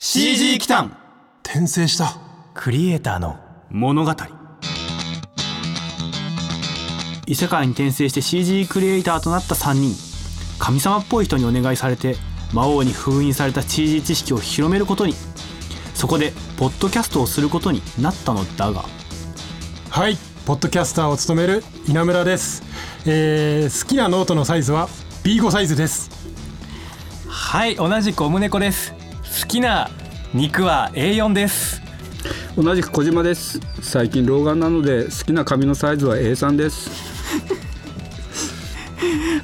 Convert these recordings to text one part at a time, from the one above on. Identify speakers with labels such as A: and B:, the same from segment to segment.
A: CG 機関
B: 転生した
C: クリエイターの
A: 物語
C: 異世界に転生して CG クリエイターとなった3人神様っぽい人にお願いされて魔王に封印された CG 知識を広めることにそこでポッドキャストをすることになったのだが
B: はいポッドキャスターを務める稲村です、えー、好きなノートのサイズは B5 サイズです
D: はい同じくおむねこです好きな肉は A4 です
E: 同じく小島です最近老眼なので好きな紙のサイズは A3 です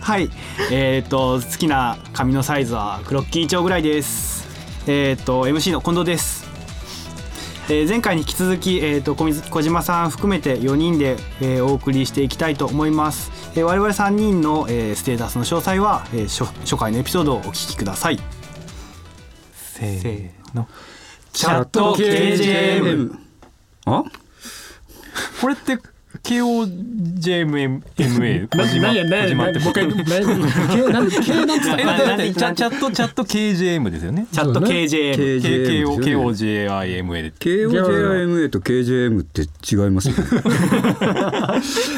C: はいえっ、と好きな紙のサイズはクロッキー丁ぐらいですえっ、と MC の近藤です、えー前回に引き続き、えー、と小水小島さん含めて4人で、えーお送りしていきたいと思います、えー我々3人の、えーステータスの詳細は、えー初初回のエピソードをお聞きください
D: せーの
B: チ
D: チャット KJM
E: あ
D: これって KOJMMA
B: 何何や何
D: 始
B: や
D: まって
B: もう一回何 K なんて K なんつった
D: え
B: か
D: なんでチャチャットチャット KJM ですよね
C: チャット
B: そうだ
C: KJM、
E: KJM ですよね
D: KOKOJIMA で
E: KOJIMA と KJM って違いますね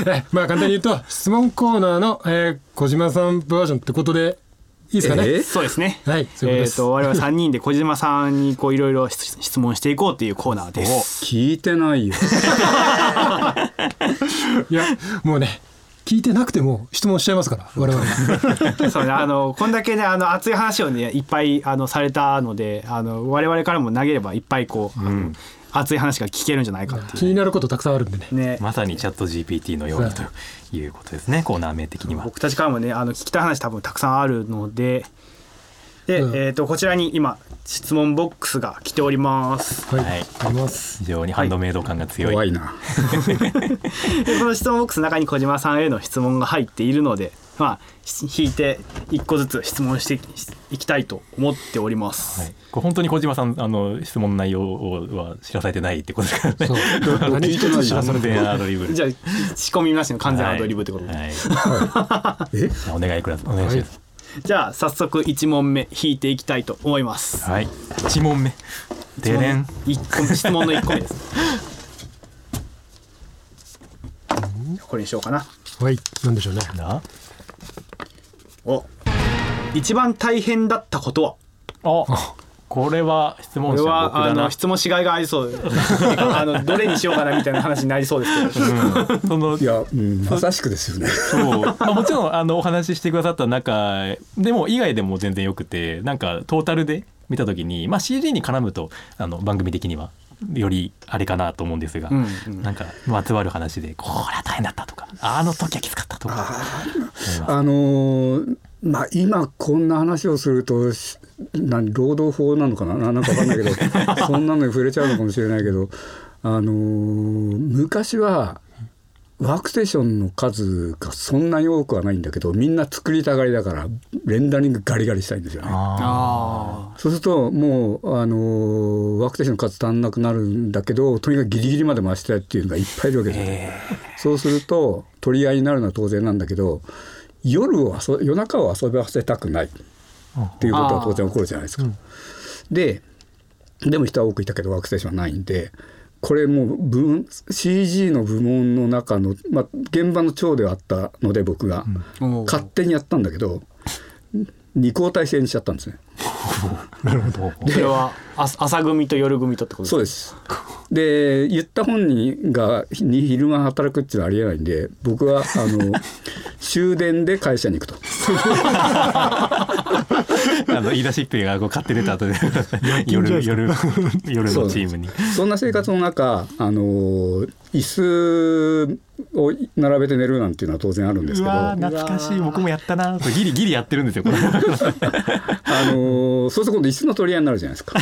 B: えまあ簡単に言うと質問コーナーの、えー、小島さんバージョンってことでいいですかね、
E: え
C: そうですね
B: はいそういう
C: え
B: ことで
C: っ、
B: す
C: と我々3人で小島さんにこういろいろ質質問していこうというコーナー です
E: 聞いてないよ
B: いやもうね聞いてなくても質問しちゃいますから我々
C: そうね、あのこんだけねあの熱い話をねいっぱいあのされたのであの我々からも投げればいっぱいこう、あの熱い話が聞けるんじゃないかってい
B: 気になることたくさんあるんでね
C: うね。
D: まさにチャット GPT のようにということですねコーナー名的には
C: 僕たちからもねあの聞きたい話多分たくさんあるのでで、
B: うん
C: えー、とこちらに今質問ボックスが来ております。
B: はい、
D: はい
B: あります
D: 非常にハンドメイド感が強い
E: 怖いな
C: でこの質問ボックスの中に小島さんへの質問が入っているので、まあ、し引いて一個ずつ質問していきたいと思っております。
D: はい、これ本当に小島さんあの質問内容は知らされてないってことですからね
B: そう 何一つ知らさ
D: あそ
B: れ
D: れ
B: て
D: でアドリブ
C: じゃあ仕込みますよ完全アドリブってことで、
D: はいはいじゃあお願いくださいお願いします
C: じゃあ早速1問目引いていきたいと思います。
D: はい一問目でれん
C: 一個目質問の1個目 です。これにしようかな。
B: はいなんでしょうね
D: な
C: お一番大変だったことは
D: あこれは質
C: こ
D: 問
C: れ
D: 者僕
C: はあ
D: だな
C: の質問しがいがありそう あのどれにしようかなみたいな話になりそうです けど、
D: うんその
E: いや、うん、まさしくですよね
D: そうまあ、もちろんあのお話ししてくださった中でも以外でも全然よくてなんかトータルで見た時に、まあ、CD に絡むとあの番組的にはよりあれかなと思うんですが、
C: うん
D: なんかまつわる話でこれは大変だったとかあの時はきつかったとか
E: あのーまあ今こんな話をするとし何労働法なのかなななんかわかんないけどそんなのに触れちゃうのかもしれないけど、あのー昔はワークステーションの数がそんなに多くはないんだけどみんな作りたがりだからレンダリングガリガリしたいんですよね。
C: あ
E: そうするともう、あのーワークステーションの数足んなくなるんだけどとにかくギリギリまで回したいっていうのがいっぱいいるわけですよ。そうすると取り合いになるのは当然なんだけど夜を遊夜中を遊びさせたくないっていうことは当然起こるじゃないですか。ででも人は多くいたけどワークステーションはないんでこれもう部門 CG の部門の中の、まあ、現場の長ではあったので僕が、
C: おう
E: 勝手にやったんだけど二交代制にしちゃったんですね。
C: あそれはあ朝組と夜組とってことです
E: そう
C: か
E: です。で言った本人がひ昼間働くっていうのはありえないんで僕はあ の終電で会社に行くと
D: あの言い出しっぺがこう買って出た後で夜夜夜のチームに。
E: そんな生活の中あの椅子を並べて寝るなんていうのは当然あるんです
D: う
E: けど
D: わ
E: あ
D: ー懐かしい僕もやったなこれギリギリやってるんですよこれ
E: のそうすると今度椅子の取り合いになるじゃないです か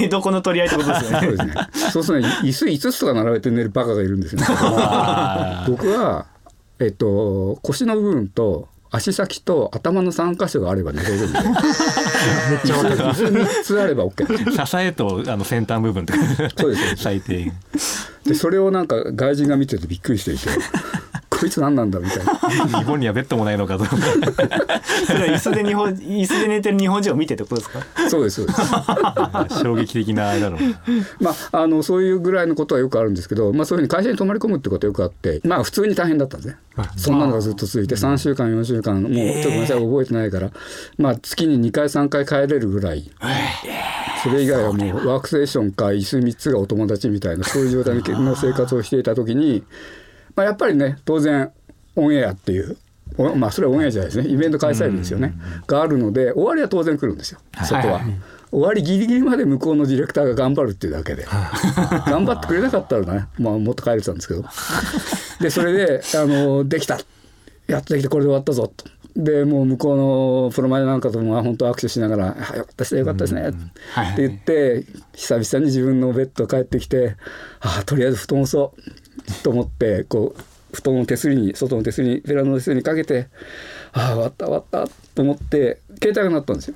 C: 寝床の取り合いってことですよ
E: そ
C: ね
E: うですねそうするとね椅子5つとか並べて寝るバカがいるんですよね
D: あー
E: 僕は、えっと、腰の部分と足先と頭の3箇所があれば寝れるんでめっちゃ3つあれば OK なんです
D: 支えとあの先端部分とか
E: そうです
D: 最低
E: でそれをなんか外人が見ててびっくりしていてここいつ何なんだみたいな
D: 日本にはベッドもないの かと
C: それは椅子で日本椅子で寝てる日本人を見てってことですか
E: そうですそうです
D: 衝撃的なあれだろうな
E: まあ、あのそういうぐらいのことはよくあるんですけど、まあ、そういうふうに会社に泊まり込むってことはよくあって、まあ、普通に大変だったんですね、そんなのがずっと続いて3週間4週間もうちょっとごめんなさい覚えてないから、まあ、月に2回3回帰れるぐらい、それ以外はもうワークステーションか椅子3つがお友達みたいなそういう状態の生活をしていた時に、まあ、やっぱりね当然オンエアっていう。おまあ、それはオンエアじゃないですねイベント開催日ですよね、があるので終わりは当然来るんですよ、そこは、
C: はい
E: 終わりギリギリまで向こうのディレクターが頑張るっていうだけで頑張ってくれなかったらね、まあ、もっと帰れてたんですけどでそれであのできたやっとできてこれで終わったぞとでもう向こうのプロマネなんかともあ本当握手しながらあ「よかったですねよかったですね」
C: はい
E: って言って久々に自分のベッド帰ってきて「あとりあえず布団をそう」と思ってこう布団を手すりに外の手すりにベランダの手すりにかけて「ああ終わった終わった」と思って携帯が鳴ったんですよ。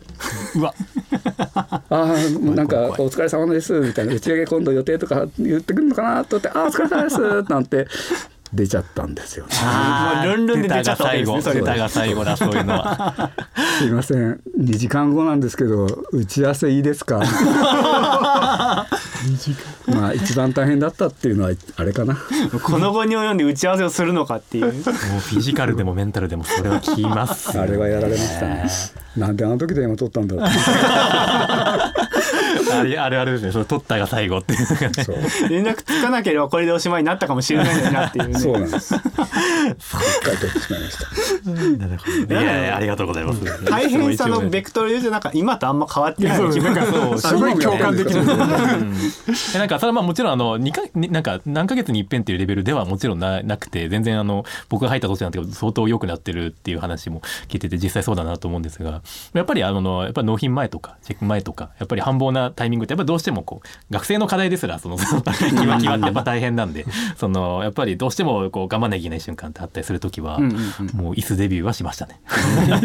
D: うわ
E: ああなんか「お疲れ様です」みたいな「打ち上げ今度予定とか言ってくるのかな」と思って「ああお疲れ様です」なんて出ちゃったんですよ、ね。
C: あールンルンで出ちゃったわけで
D: 出た
C: すねそれ
D: が最後出たが最後だそういうのは
E: すいません2時間後なんですけど打ち合わせいいですかまあ一番大変だったっていうのはあれかな
C: この後に及んで打ち合わせをするのかっていう
D: もうフィジカルでもメンタルでもそれは効き ます
E: あれはやられましたねなんであの時電話取ったんだろ
D: あれあれあれですねその取ったが最後っていうのがね
E: うそう
C: 連絡つかなければこれでおしまいになったかもしれないのになっていうね
E: そうなんです一回取ってしまいました
D: なるほどねいやいやありがとうございます
C: 大変さのベクトルで言うとなんか今とあんま変わってない
B: そう
C: 気
B: な
C: 分
B: ん
C: が
B: かそうすごい共感できる
D: えなんかそれはまあもちろんあの二かになんか何ヶ月に一遍っていうレベルではもちろんななくて全然あの僕が入った年なんて相当良くなってるっていう話も聞いてて実際そうだなと思うんですがやっぱりあのやっぱ納品前とかチェック前とかやっぱり繁忙なタイミングってやっぱどうしてもこう学生の課題ですらそのそ のキワキワってやっぱ大変なんでそのやっぱりどうしてもこう頑張んなきゃいけない瞬間ってあったりする時は、
C: うんうん
D: もう椅子デビューはしましたね。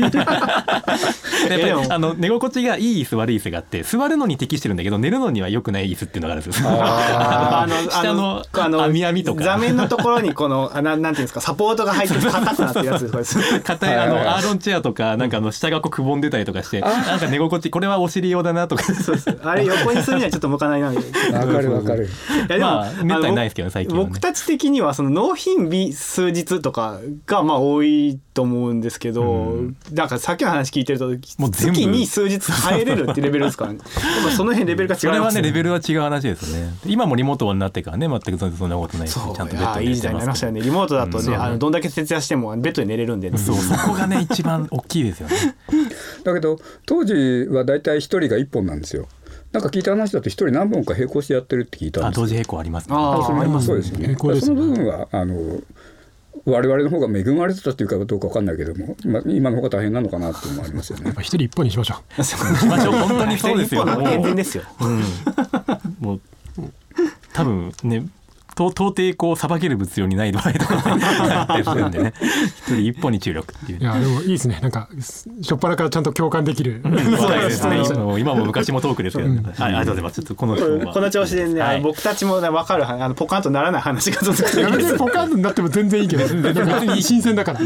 D: やっぱ
C: で
D: り
C: も
D: あの寝心地がいい椅子悪い椅子があって座るのに適してるんだけど寝るのには良くない椅子っていうのがあるんですよ。
C: あの
D: 下の網網とか
C: 座面のところにこのあななんていうんですかサポートが入ってる硬くなってるやつですこれ
D: 硬いあのアーロンチェアとかなんかあの下がこうくぼんでたりとかしてなんか寝心地これはお尻用だ なとか
C: あれ横にするにはちょっと向かないなみたいな。
E: わかるわかる
C: いやでも、
D: まあめったにないですけどね
C: あの
D: 最近はね
C: 僕たち的にはその納品日数日とかがまあ多いと思うんですけど、なんかさっきの話聞いてると
D: もう全部
C: 月に数日入れるってレベルです からねやっぱその辺レベルが
D: そ
C: 違い
D: れ
C: ま
D: は
C: す
D: ねレベルは違う話ですよね今もリモートになってからね全くそんなことないしちゃ
C: そうん
D: とベ
C: い
D: ッド
C: や
D: に
C: いい
D: 寝
C: 時代に
D: て
C: なり
D: ま
C: ますし
D: け
C: た
D: ど
C: よねリモートだとね、あのどんだけ節約してもベッドで寝れるんでね、
D: そうそこがね一番大きいですよね
E: だけど当時は大体一人が一本なんですよなんか聞いた話だと一人何本か並行してやってるって聞いた
D: あ
E: んです
D: 同時並行ありますね
C: あーあります
E: そうですよね。
B: 並行です
E: そ
B: よ
E: の
B: ね
E: 部分はあの我々の方が恵まれてたというかどうかわかんないけども、まあ、今の方が大変なのかなっていうのもありますよね。
B: 一人一本にしましょう
D: まあちょ本当にそうですよ
C: 一 本の
D: も
C: 閉
D: う
C: 店ですよ
D: もう多分ねと到底こうさばける物量にない場合とかねなってるん でね一人一本に注力っていう
B: いやでもいいですねなんかす初っ端からちゃんと共感できる
D: 話題ですね
C: そう
D: もう今も昔もトークですけど、ね、はいありがとうございますちょっとこの
C: このこの調子でね、
D: はい
C: あの僕たちもね分かるはあのポカンとならない話が続く
B: いや別にポカンになっても全然いいけどなんか新鮮だから